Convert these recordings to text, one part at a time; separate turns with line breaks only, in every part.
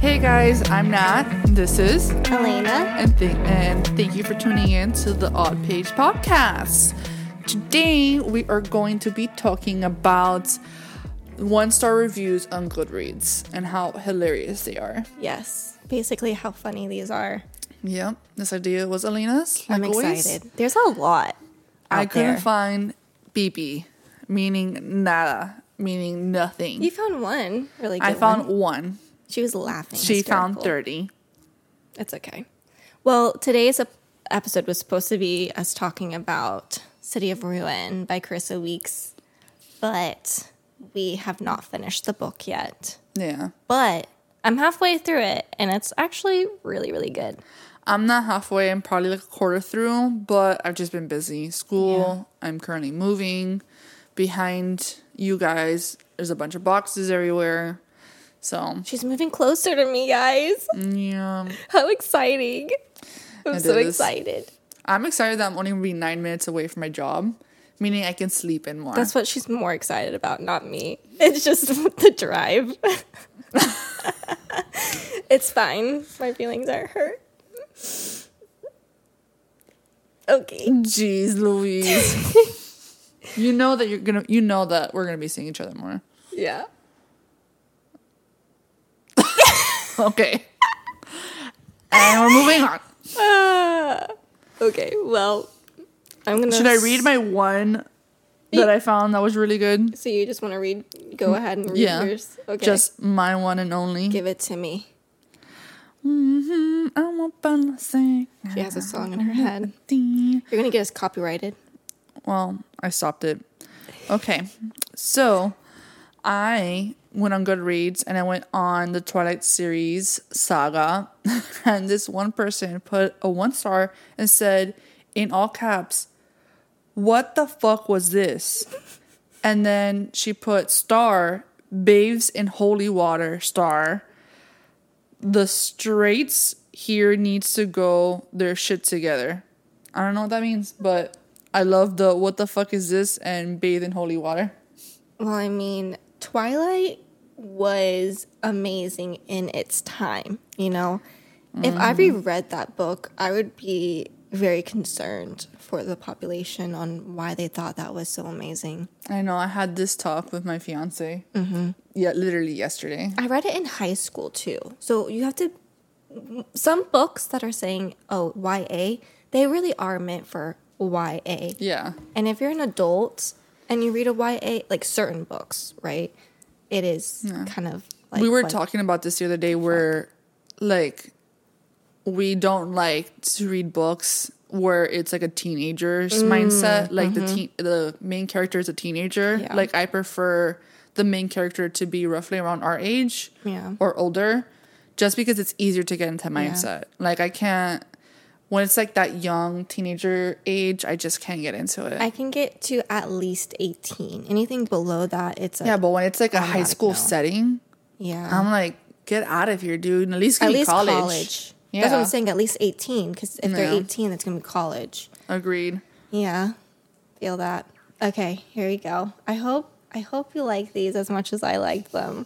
Hey guys, I'm Nat. and This is,
Elena.
and, th- and thank you for tuning in to the Odd Page Podcast. Today we are going to be talking about one star reviews on Goodreads and how hilarious they are.
Yes. Basically, how funny these are.
Yeah, this idea was Alina's.
I'm
like always.
excited. There's a lot out
I couldn't
there.
find BB, meaning nada, meaning nothing.
you found one really good.
I found
one.
one.
she was laughing.
She found
hysterical.
30.
It's okay. Well, today's ep- episode was supposed to be us talking about City of Ruin by Carissa Weeks, but we have not finished the book yet.
Yeah.
But I'm halfway through it, and it's actually really, really good.
I'm not halfway. I'm probably like a quarter through, but I've just been busy. School. I'm currently moving. Behind you guys, there's a bunch of boxes everywhere. So
She's moving closer to me, guys.
yeah,
How exciting! I'm
Mm. It
so
is.
excited.
I'm excited that I'm only gonna be nine minutes away from my job, meaning I can sleep in more.
That's what she's more excited about, not me. It's just the drive. it's fine. My feelings are hurt. Okay.
Jeez, Louise. you know that you're gonna. You know that we're gonna be seeing each other more.
Yeah.
Okay. and we're moving on.
Uh, okay. Well, I'm gonna.
Should I read my one that I found that was really good?
So you just want to read? Go ahead and read
Yeah.
yours. Okay.
Just my one and only.
give it to me.
Mm, I'm up on the sink.
She has a song in her head. You're gonna get us copyrighted.
Well, I stopped it. Okay. So I went on Goodreads and I went on the Twilight series saga. And this one person put a one star and said, in all caps, what the fuck was this? And then she put star, bathes in holy water, star. The straights here needs to go their shit together. I don't know what that means, but I love the what the fuck is this and bathe in holy water.
Well, I mean, Twilight was amazing in its time, you know? If I
Mm-hmm.
reread that book, I would be very concerned for the population on why they thought that was so amazing.
I know I had this talk with my fiance. Mm-hmm. Yeah, literally yesterday.
I read it in high school too. So you have to some books that are saying, "Oh, YA," they really are meant for YA.
Yeah,
And if you're an adult and you read a YA, like certain books, right? It is kind of like
we were
what-
talking about this the other day where, like, we don't like to read books where it's like a teenager's
Mm,
mindset. Like the teen, the main character is a teenager.
mm-hmm. Yeah.
Like I prefer the main character to be roughly around our age
Yeah.
or older, just because it's easier to get into mindset. Like I can't when it's like that young teenager age, I just can't get into it.
I can get to at least 18. Anything below that, it's a,
yeah, Um,
yeah.
but when it's like a high
Automatic
school
no.
setting, I'm like, get out of here, dude. At least get
at
to
least college.
Yeah.
That's what I'm saying. At least 18, because if they're
Yeah.
18, that's going to be college.
Agreed.
Yeah. Feel that. Okay, here we go. I hope I hope you like these as much as I like them.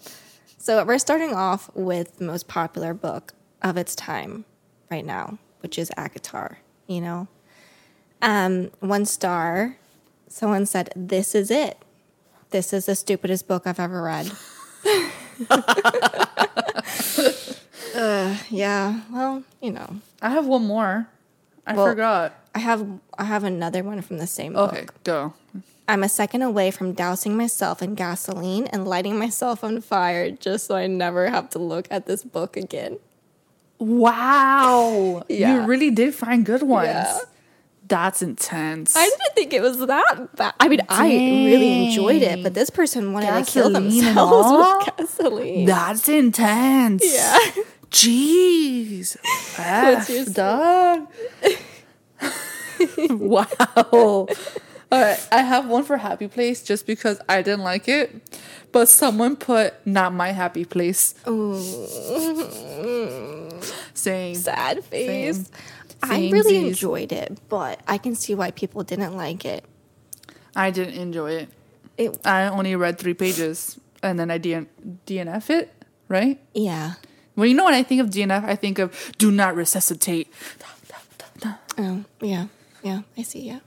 So we're starting off with the most popular book of its time right now, which is Akatar, you know. Um, one star, someone said, This is it. This is the stupidest book I've ever read. uh, yeah, well, you know.
I have one more. I
Well-
forgot.
I have I have another one from the same book.
Okay, go.
I'm a second away from dousing myself in gasoline and lighting myself on fire just so I never have to look at this book again.
Wow.
Yeah.
You really did find good ones.
Yeah.
That's intense.
I didn't think it was that bad. I mean, I really enjoyed it, but this person wanted to kill
Gasoline and
themselves
all?
with gasoline.
That's intense.
Yeah.
Jeez. F,
your score?
dog. wow. All right, I have one for Happy Place just because I didn't like it, but someone put not my happy place. Saying
Sad face.
Same.
I really
Samesies.
enjoyed it, but I can see why people didn't like it.
I didn't enjoy it.
It
I only read three pages and then I DN- DNF it, right?
yeah.
Well, you know when I think of DNF, I think of do not resuscitate. Da, da, da, da.
Oh, yeah. Yeah, I see. Yeah.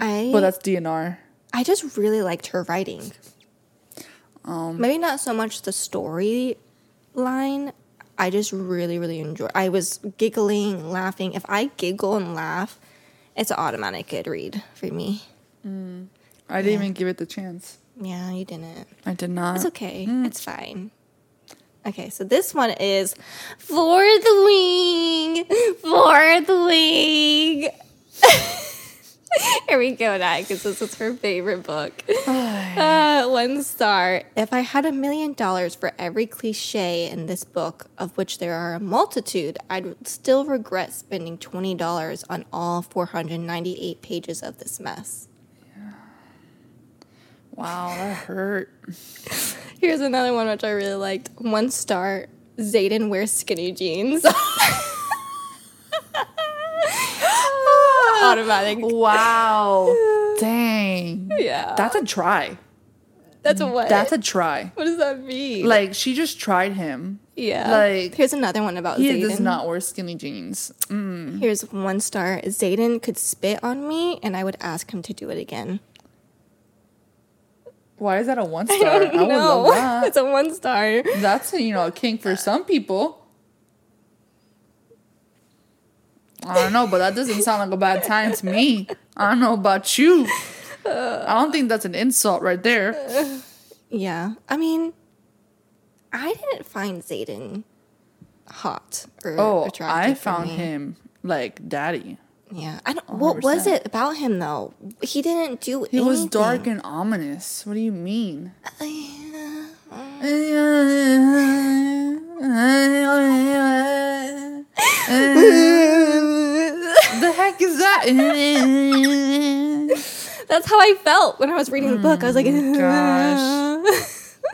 I
Well, that's DNR.
I just really liked her writing. Um, Maybe not so much the story line. I just really, really enjoy. I was giggling, laughing. If I giggle and laugh, it's an automatic good read for me.
I didn't even give it the chance.
Yeah, you didn't.
I did not.
It's okay. It's fine. Okay, so this one is for the wing, for the wing. Here we go, Nat, because this is her favorite book. Uh, one star. If I had a million dollars for every cliche in this book, of which there are a multitude, I'd still regret spending $20 on all 498 pages of this mess.
Wow, that hurt.
Here's another one which I really liked. One star. Zayden wears skinny jeans. Automatic.
Wow. Dang.
Yeah.
That's a try.
That's a what?
That's a try.
what does that mean?
Like she just tried him.
yeah.
like-
here's another one about
He
Zayden.
does not wear skinny jeans. Mm.
Here's one star. Zayden could spit on me, and I would ask him to do it again.
Why is that a one star? I, would
no,
love that.
it's a one star.
That's a, you know a kink for some people. I don't know, but that doesn't sound like a bad time to me. I don't know about you. I don't think that's an insult right there.
Yeah. I mean, I didn't find Zayden hot or
Oh,
attractive.
I
for
found
me.
him like daddy.
Yeah, I don't. What was it about him though? He didn't do.
He was dark and ominous. What do you mean?
uh,
the heck is that?
That's how I felt when I was reading the book. I was like,
Mm, gosh.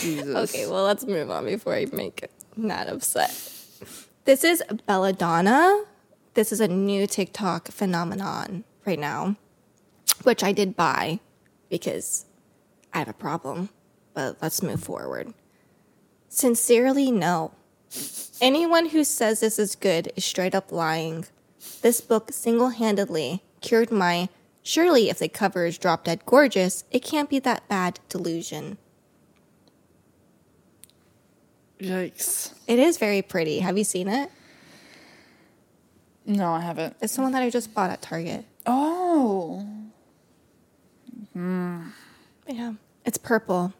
Jesus.
okay, well, let's move on before I make Nat upset. This is Belladonna. This is a new TikTok phenomenon right now, which I did buy because I have a problem. But let's move forward. Sincerely, no. Anyone who says this is good is straight up lying. This book single handedly cured my surely if the cover is drop dead gorgeous, it can't be that bad delusion.
Yikes.
It is very pretty. Have you seen it?
No, I haven't.
It's the one that I just bought at Target.
Oh.
Yeah. It's purple.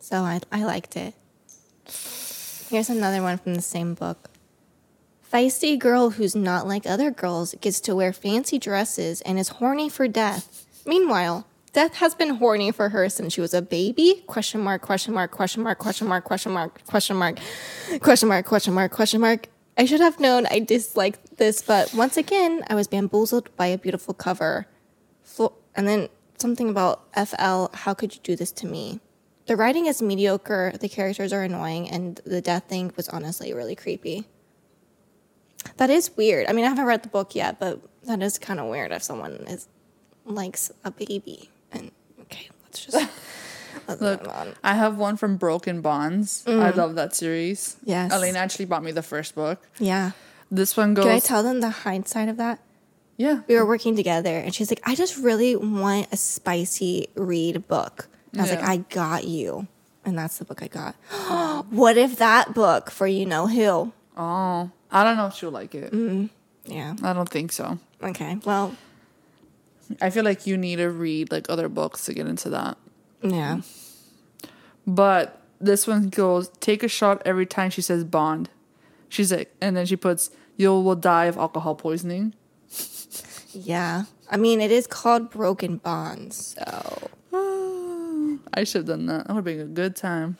So I, I liked it. Here's another one from the same book. Feisty girl who's not like other girls gets to wear fancy dresses and is horny for death. Meanwhile, death has been horny for her since she was a baby. Question mark, question mark, question mark, question mark, question mark, question mark, question mark, question mark, question mark. I should have known I disliked this, but once again, I was bamboozled by a beautiful cover. Flo- and then something about FL, how could you do this to me? The writing is mediocre, the characters are annoying, and the death thing was honestly really creepy. That is weird. I mean, I haven't read the book yet, but that is kind of weird if someone is likes a baby. And okay, let's just let's
Look,
move on. Mm.
I have one from Broken Bonds. I love that series.
Yes.
Elena actually bought me the first book.
Yeah.
This one goes.
Did I tell them the hindsight of that?
yeah.
we were working together and she's like i just really want a spicy read book And i was like
Yeah.
i got you and that's the book i got what if that book for you know who
Oh. I don't know if she'll like it.
Mm. yeah
I don't think so.
okay well
I feel like you need to read like other books to get into that.
yeah
But this one goes, take a shot every time she says Bond. She's like, and then she puts, you will die of alcohol poisoning.
yeah i mean it is called broken bonds so
I should have done that. That would have been a good time.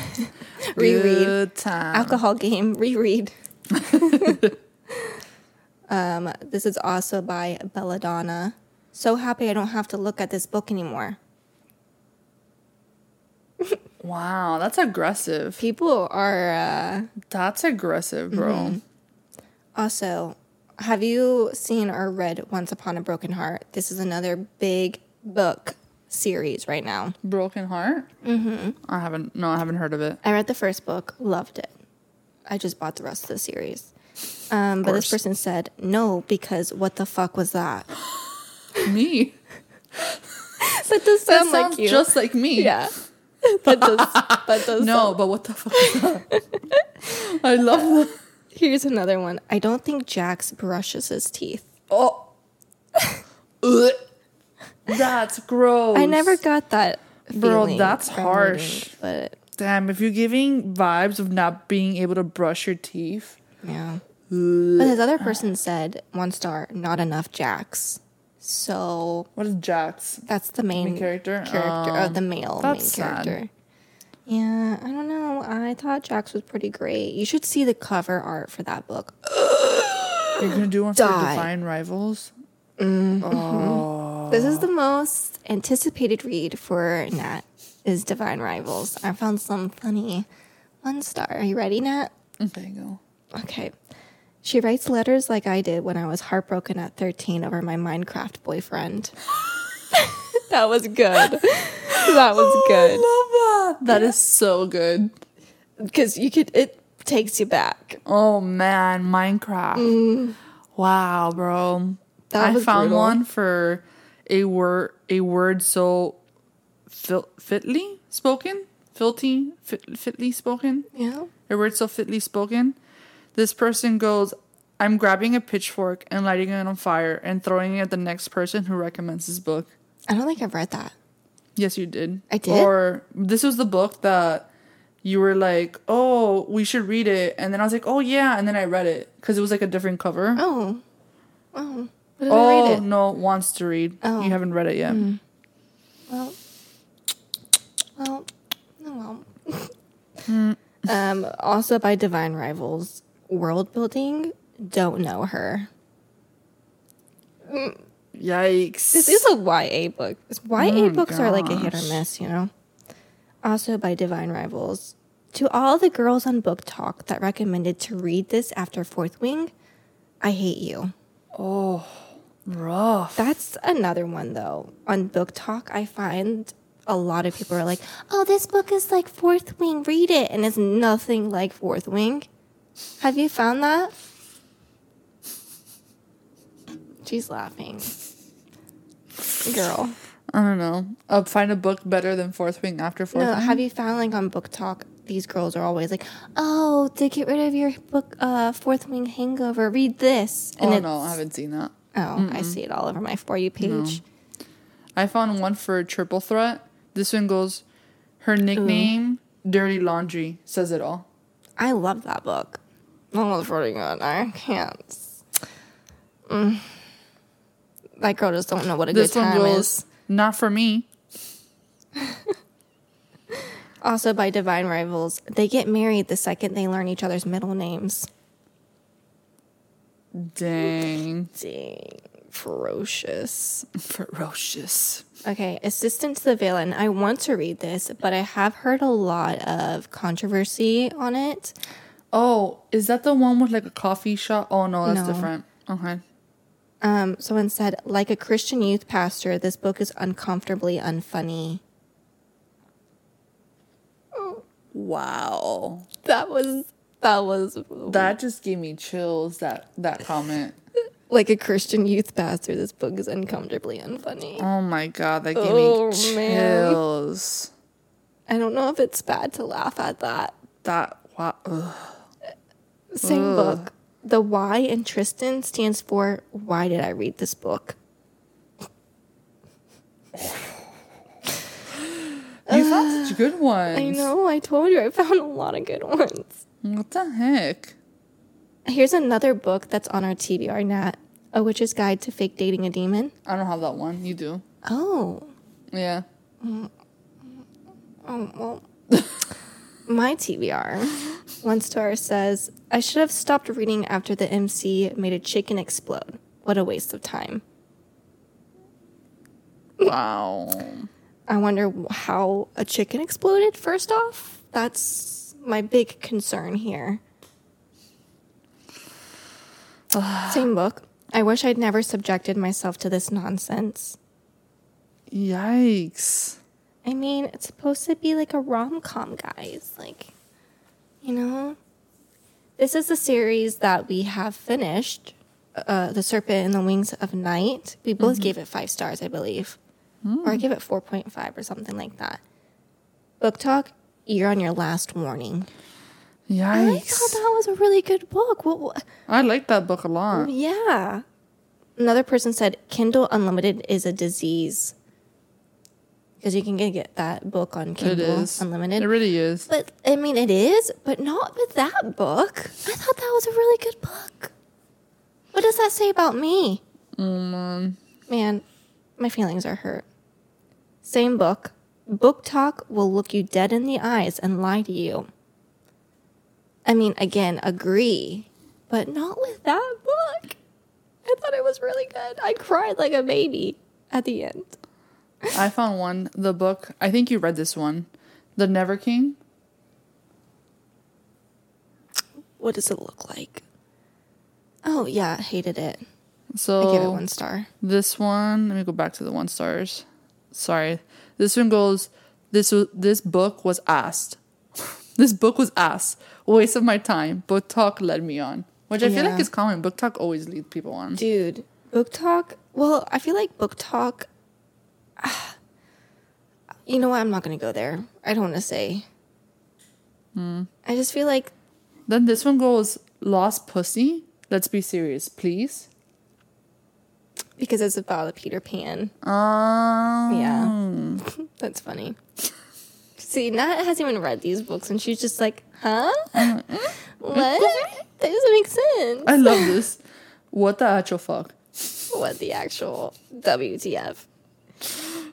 Reread.
Good time.
alcohol game reread um, this is also by belladonna so happy i don't have to look at this book anymore
wow, that's aggressive.
people are uh,
That's aggressive, bro.
Mm-hmm. Also, have you seen or read Once Upon a Broken Heart? This is another big book series right now.
Broken Heart? Mm-hmm. I haven't, no, I haven't heard of it.
I read the first book, loved it. I just bought the rest of the series. Um, but this
course.
person said no because what the fuck was that?
Me.
That does
That
sound
sounds
like you.
just like me.
yeah. that does. That does.
No, but what the fuck? is that? I love that.
Here's another one. I don't think Jax brushes his teeth.
Oh. Ugh. That's gross.
I never got that.
Bro,
feeling
that's
from
harsh.
reading, but
Damn, if you're giving vibes of not being able to brush your teeth.
yeah.
Ugh.
But this other person said one star, not enough Jax. So
What is Jax?
that's the main,
character?
character
Oh,
or the male
that's
main
sad.
character. Yeah, I don't know. I thought Jax was pretty great. You should see the cover art for that book.
You're gonna do one for
Die.
Divine Rivals?
This is the most anticipated read for Nat is Divine Rivals. I found some funny one star. Are you ready, Nat?
There you go.
Okay. She writes letters like I did when I was heartbroken at 13 over my Minecraft boyfriend. that was good. That was good.
Love that. That is so good.
Because you could, it takes you back.
Oh man, Minecraft. Wow, bro.
That
I
was
found
brutal.
one for a word a word so fil- fitly spoken, filthy, fit- fitly spoken.
Yeah.
A word so fitly spoken. This person goes, "I'm grabbing a pitchfork and lighting it on fire and throwing it at the next person who recommends this book."
I don't think I've read that.
Yes, you did.
I did?
Or this was the book that you were like, "Oh, we should read it," and then I was like, "Oh yeah," and then I read it because it was like a different cover.
Oh. Oh. What did
oh
I read it?
no, wants to read.
Oh.
You haven't read it yet.
Well, well, oh well. um, also by Divine Rivals, world building, don't know her.
Yikes!
This is a YA book. This YA
Oh,
books are like a hit or
gosh.
miss, you know. Also by Divine Rivals. To all the girls on Book Talk that recommended to read this after Fourth Wing, I hate you.
rough.
That's another one though. On Book Talk, I find a lot of people are like, "Oh, this book is like Fourth Wing. Read it," and it's nothing like Fourth Wing. Have you found that? She's laughing. Girl.
I don't know. I'll find a book better than Fourth Wing after Fourth.
No,
Wing.
have you found like on Book Talk, these girls are always like, "Oh, to get rid of your book, uh, Fourth Wing hangover, read this."
oh
it's-
no, I haven't seen that.
Oh, I see it all over my for you page.
I found one for Triple Threat. This one goes, her nickname, Dirty Laundry, says it all.
I love that book. That was pretty good. I can't. Mm. That girl just don't know what a
This
good
one
time
goes,
is.
not for me.
Also by Divine Rivals, they get married the second they learn each other's middle names.
Dang,
Dang, ferocious.
ferocious.
Okay, Assistant to the Villain. I want to read this, but I have heard a lot of controversy on it.
Oh, is that the one with like a coffee shop? Oh no, that's
No.
different. Okay.
Um, someone said, like a Christian youth pastor, this book is uncomfortably unfunny.
Wow.
That was that was
That just gave me chills. That that comment.
like a Christian youth pastor. This book is uncomfortably unfunny.
Oh my god, that gave
Oh,
me
man.
chills.
I don't know if it's bad to laugh at that.
That wow. Ugh.
Same book. The Y in Tristan stands for Why did I read this book?
You found such good ones.
I know. I told you. I found a lot of good ones.
What the heck?
Here's another book that's on our TBR Nat: A Witch's Guide to Fake Dating a Demon.
I don't have that one. You do.
Oh,
Yeah.
Oh, well. My TBR. One star says, I should have stopped reading after the MC made a chicken explode. What a waste of time.
Wow.
I wonder wh- how a chicken exploded, first off. That's my big concern here. Same book. I wish I'd never subjected myself to this nonsense.
Yikes.
I mean, it's supposed to be like a rom com, guys. Like, you know, this is the series that we have finished uh, The Serpent and the Wings of Night. We both gave it five stars, I believe, or I gave it 4.5 or something like that. Book Talk, you're on your last warning. I thought
Yikes.
that was a really good book. What, what?
I like that book a lot.
Oh, Yeah. Another person said Kindle Unlimited is a disease. Because you can g- get that book on
It
Kindle
is.
Unlimited.
It really is.
but I mean, it is, but not with that book. I thought that was a really good book. What does that say about me? Um, Man, my feelings are hurt. Same book. Book talk will look you dead in the eyes and lie to you. I mean, again, agree, but not with that book. I thought it was really good. I cried like a baby at the end.
I found one, the book. I think you read this one. The Never King.
What does it look like? Oh, yeah, I hated it. I
So
gave it one star.
This one, let me go back to the one stars. Sorry. This one goes this was this book was asked. this book was asked. Waste of my time. Book talk led me on. Which I feel
Yeah.
like is common. Book talk always leads people on.
Dude, book talk. Well, I feel like book talk. you know what? I'm not going to go there. I don't want to say. I just feel like
Then this one goes Lost Pussy. Let's be serious, please.
because it's about a Peter Pan.
Um
Yeah. That's funny. See, Nat hasn't even read these books and she's just like, huh? what? That doesn't make sense.
I love this. what the actual fuck?
what the actual WTF.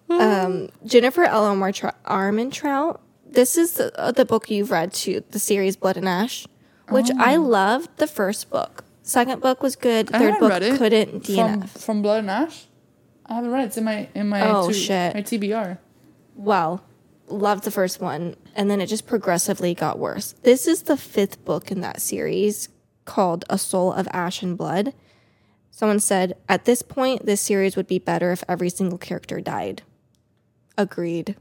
Um, Jennifer L. Omar Tr- Armentrout. This is the, uh, the book you've read too, the series Blood and Ash, which I loved the first book. Second book was good.
Oh. I
Third
haven't
book
read it.
couldn't DNF.
From, from Blood and Ash? I haven't read it. It's in my in my
Oh,
two-
shit.
my TBR.
well, loved the first one, and then it just progressively got worse. This is the fifth book in that series called A Soul of Ash and Blood. Someone said, at this point, this series would be better if every single character died. Agreed.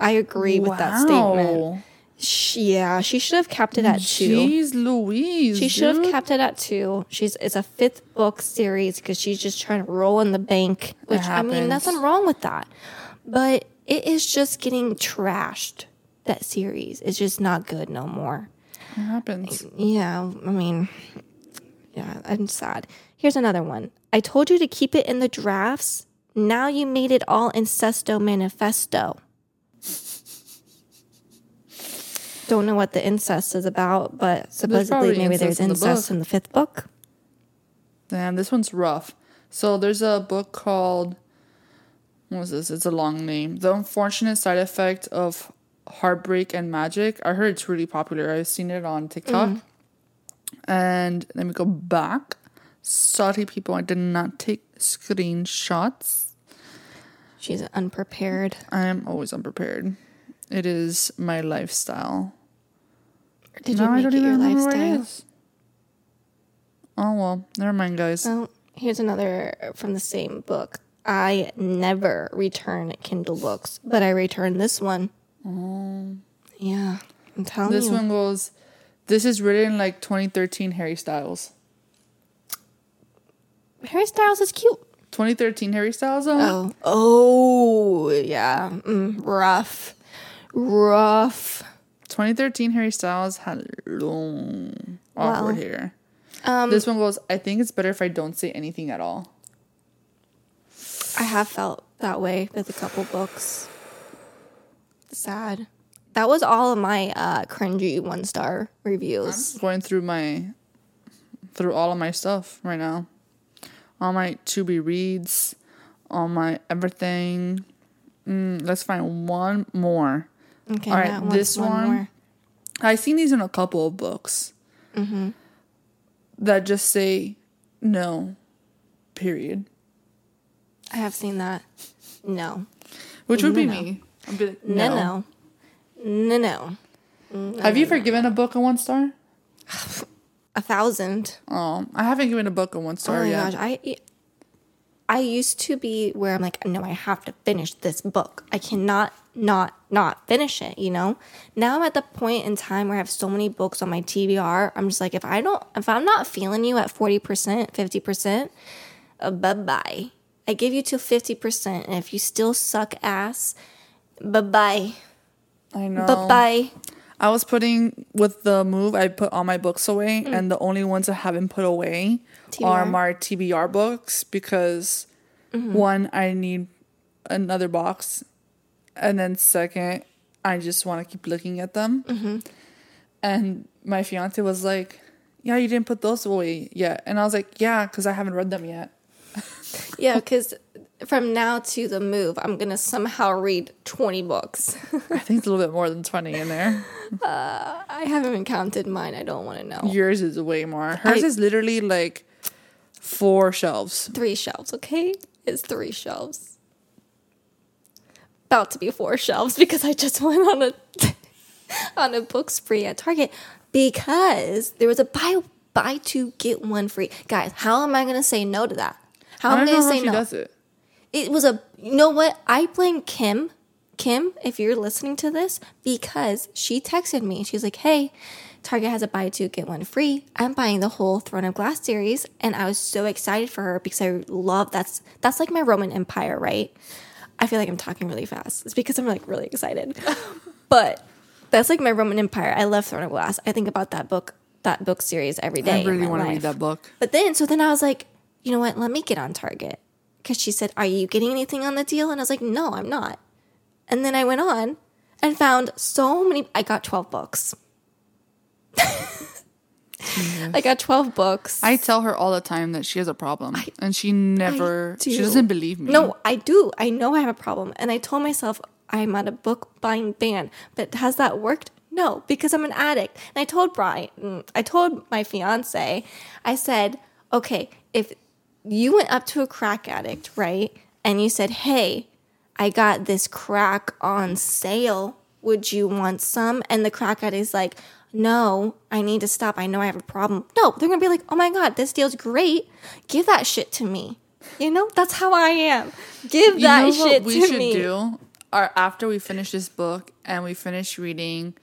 I agree with that statement.
Wow.
Sh yeah, she should have kept it at two.
Jeez Louise.
She should have
dude.
kept it at two. She's it's a fifth book series because she's just trying to roll in the bank. Which I mean,
happens.
nothing wrong with that, but it is just getting trashed. That series It's just not good no more.
It happens.
Yeah, I mean, yeah, I'm sad. Here's another one. I told you to keep it in the drafts. Now you made it all incesto manifesto. Don't know what the incest is about, but supposedly
probably
maybe
incest
there's
in the
incest
book.
in the fifth book.
Damn, this one's rough. So there's a book called what was this? It's a long name. The unfortunate side effect of heartbreak and magic. I heard it's really popular. I've seen it on TikTok.
Mm.
And let me go back. Sorry, people, I did not take screenshots.
She's unprepared.
I am always unprepared. It is my lifestyle.
Did
no,
you make
I don't
it
even
your
remember what it
lifestyle?
is. Oh well, never mind, guys.
Oh, here's another from the same book. I never return Kindle books, but I return this one. Oh. Yeah. I'm telling
Mm. This
you.
one goes, This is written like 2013 Harry Styles.
Harry Styles is cute.
2013 Harry Styles, though?
Oh. Oh, yeah. Mm, rough. Rough.
2013 Harry Styles had long, awkward
Wow.
hair.
Um,
this one goes, I think it's better if I don't say anything at all.
I have felt that way with a couple books. Sad. That was all of my uh, cringy one star reviews.
Going through my, through all of my stuff right now. All my to be reads, all my everything. Mm, let's find one more.
okay,
all right,
that one's
this one- I've seen these in a couple of books
Mm-hmm.
that just say no, period.
I have seen that. No.
Which would be me. I'd be like,
Mm-hmm. No,
no.
no. No, no.
Have you ever given a book a one star?
A thousand.
Oh, I haven't given a book a one
Oh
star
my
yet.
gosh. I, I used to be where I'm like, no, I have to finish this book. I cannot not not finish it, you know? Now I'm at the point in time where I have so many books on my TBR. I'm just like, if I don't if I'm not feeling you at 40%, 50%, uh, bye-bye. I give you till 50% and if you still suck ass, bye-bye.
I know.
Bye-bye.
I was putting with the move. I put all my books away,
Hmm.
and the only ones I haven't put away are
TBR.
my TBR books because
Mm-hmm.
one, I need another box, and then second, I just want to keep looking at them.
Mm-hmm.
And my fiance was like, "Yeah, you didn't put those away yet," and I was like, "Yeah, because I haven't read them yet."
Yeah, cuz from now to the move, I'm going to somehow read 20 books.
I think it's a little bit more than twenty in there.
I haven't even counted mine. I don't want to know.
Yours is way more. Hers is literally like four shelves.
three shelves, okay? It's three shelves. About to be four shelves because I just went on a on a book spree at Target because there was a buy buy two get one free. Guys, how am I gonna say no to that? How
I
am I
don't
gonna
know how
say
she
no?
does it.
it was a you know what i blame kim kim if you're listening to this because she texted me she's like hey target has a buy two get one free i'm buying the whole throne of glass series and i was so excited for her because i love that's that's like my roman empire right i feel like i'm talking really fast it's because i'm like really excited but that's like my roman empire i love throne of glass i think about that book that book series every day
I really
want to
read that book.
but then, so then I was like, you know what? Let me get on Target. Because she said, Are you getting anything on the deal? And I was like, No, I'm not. And then I went on and found so many. I got 12 books. I got 12 books.
I tell her all the time that she has a problem, and she never.
do.
She doesn't believe me.
No, I do. I know I have a problem. And I told myself I'm on a book buying ban. But has that worked? No, because I'm an addict. And I told Brian, I told my fiance, I said, okay, if you went up to a crack addict, right? And you said, hey, I got this crack on sale. Would you want some? And the crack addict's like, no, I need to stop. I know I have a problem. No, they're gonna be like, oh my God, this deal's great. Give that shit to me. You know, that's how I am. Give
you
that
know
shit
what we
to
should
me.
do? Or after we finish this book and we finish reading,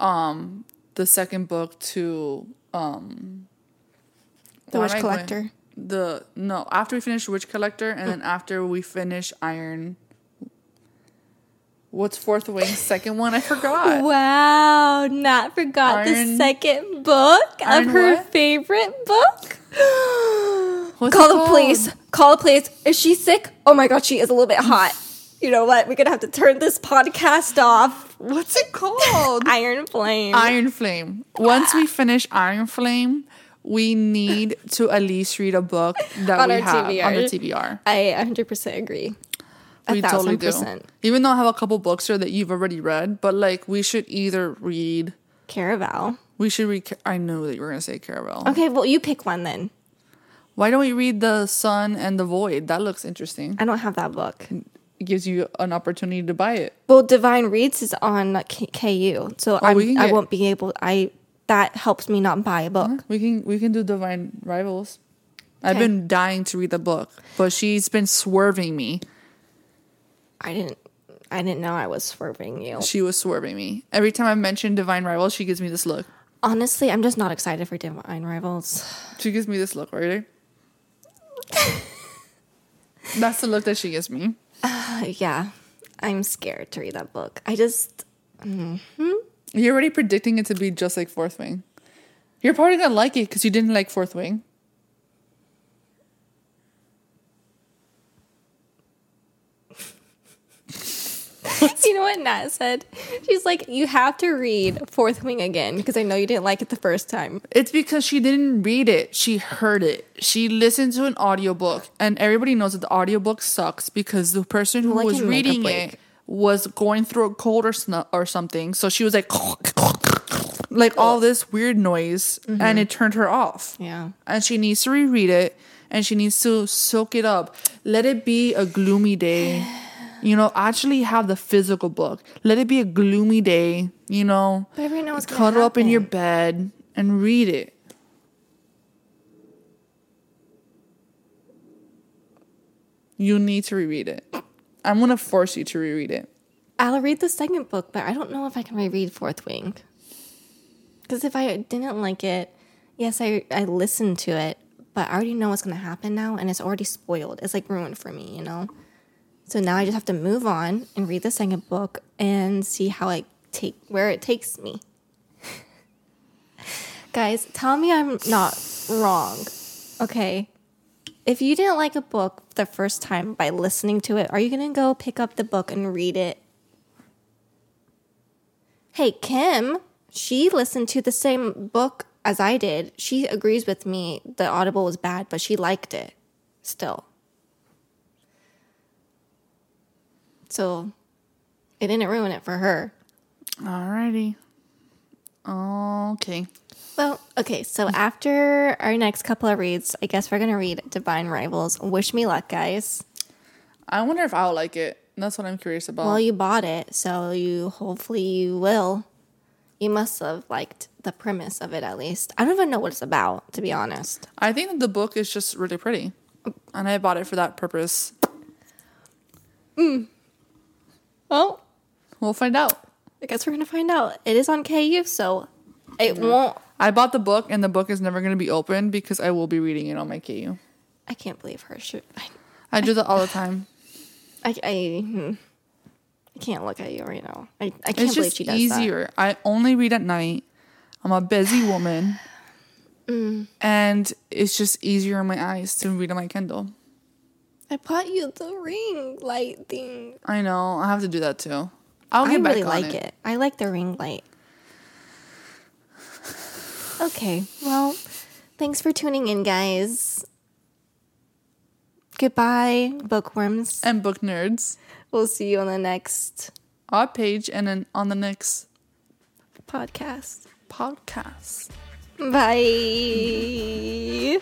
um, the second book to um,
The
why
Witch
am I going-
Collector. Oh.
The no, after we finish Witch Collector, and then after we finish Iron. What's Fourth Wing's second one? I forgot.
Wow, Nat forgot the
Iron-
second book
Iron
of her
what?
favorite book.
What's
Call
it
the
called?
police. Call the police. Is she sick? Oh my god, she is a little bit hot. You know what? We're gonna have to turn this podcast off.
What's it called?
Iron Flame.
Iron Flame. Once we finish Iron Flame, we need to at least read a book that
On
we
our
have on the
TBR.
TBR.
I 100% agree. A
We totally
thousand
do.
percent.
Even though I have a couple books here that you've already read, but like we should either read.
Caraval.
We should read. Ca- I know that you were gonna say Caravel.
Okay, well, you pick one then.
Why don't we read The Sun and the Void? That looks interesting.
I don't have that book.
It gives you an opportunity to buy it.
Well, Divine Reads is on K- KU, so I'm,
we Oh, can
I
get-
won't be able. I that helps me not buy a book.
We can we can do Divine Rivals. I've
Okay.
been dying to read the book, but she's been swerving me.
I didn't. I didn't know I was swerving you.
She was swerving me. Every time I mention Divine Rivals, she gives me this look.
Honestly, I'm just not excited for Divine Rivals.
She gives me this look right there. That's the look that she gives me.
Uh, yeah, I'm scared to read that book. I just
You're already predicting it to be just like Fourth Wing. You're probably gonna like it because you didn't like Fourth Wing.
you know what Nat said. She's like, you have to read Fourth Wing again because I know you didn't like it the first time.
It's because she didn't read it. She heard it. She listened to an audiobook. And everybody knows that the audiobook sucks because the person who
Well, I
was
can make a
reading
break.
it was going through a cold or, snu- or something. So she was like, like all this weird noise. And it turned her off.
Yeah.
and she needs to reread it and she needs to soak it up. Let it be a gloomy day. You know, actually have the physical book. Let it be a gloomy day, you know.
But everyone knows what's gonna
Cuddle up in your
happen.
bed and read it. You need to reread it. I'm gonna force you to reread it.
I'll read the second book, but I don't know if I can reread Fourth Wing. Because if I didn't like it, yes, I I listened to it, but I already know what's gonna happen now, and it's already spoiled. It's like ruined for me, you know. So now I just have to move on and read the second book and see how it take where it takes me. Guys, tell me I'm not wrong, okay? If you didn't like a book the first time by listening to it, are you gonna go pick up the book and read it Hey, Kim, she listened to the same book as I did. She agrees with me the Audible was bad, but she liked it still. So it didn't ruin it for her.
Alrighty. Okay.
Well, okay, so after our next couple of reads, I guess we're going to read Divine Rivals. Wish me luck, guys.
I wonder if I'll like it. That's what I'm curious about.
Well, you bought it, so you hopefully you will. You must have liked the premise of it at least. I don't even know what it's about, to be honest.
I think that the book is just really pretty. And I bought it for that purpose.
Well,
We'll find out.
I guess we're gonna find out. It is on KU, so it won't.
I bought the book and the book is never going to be opened because I will be reading it on my KU.
I can't believe her. She, I,
I do that all the time.
I, I, hmm. I can't look at you right now. I, I can't
It's
believe
just
she does that.
easier. I only read at night. I'm a busy woman.
Mm.
And it's just easier on my eyes to read on my Kindle.
I bought you the ring light thing.
I know. I have to do that too. I'll
I
get back
really
on
like
it.
it. I like the ring light. Okay, well, thanks for tuning in, guys. Goodbye, bookworms.
And book nerds.
We'll see you on the next
Our page and then on the next
podcast.
podcast.
Bye.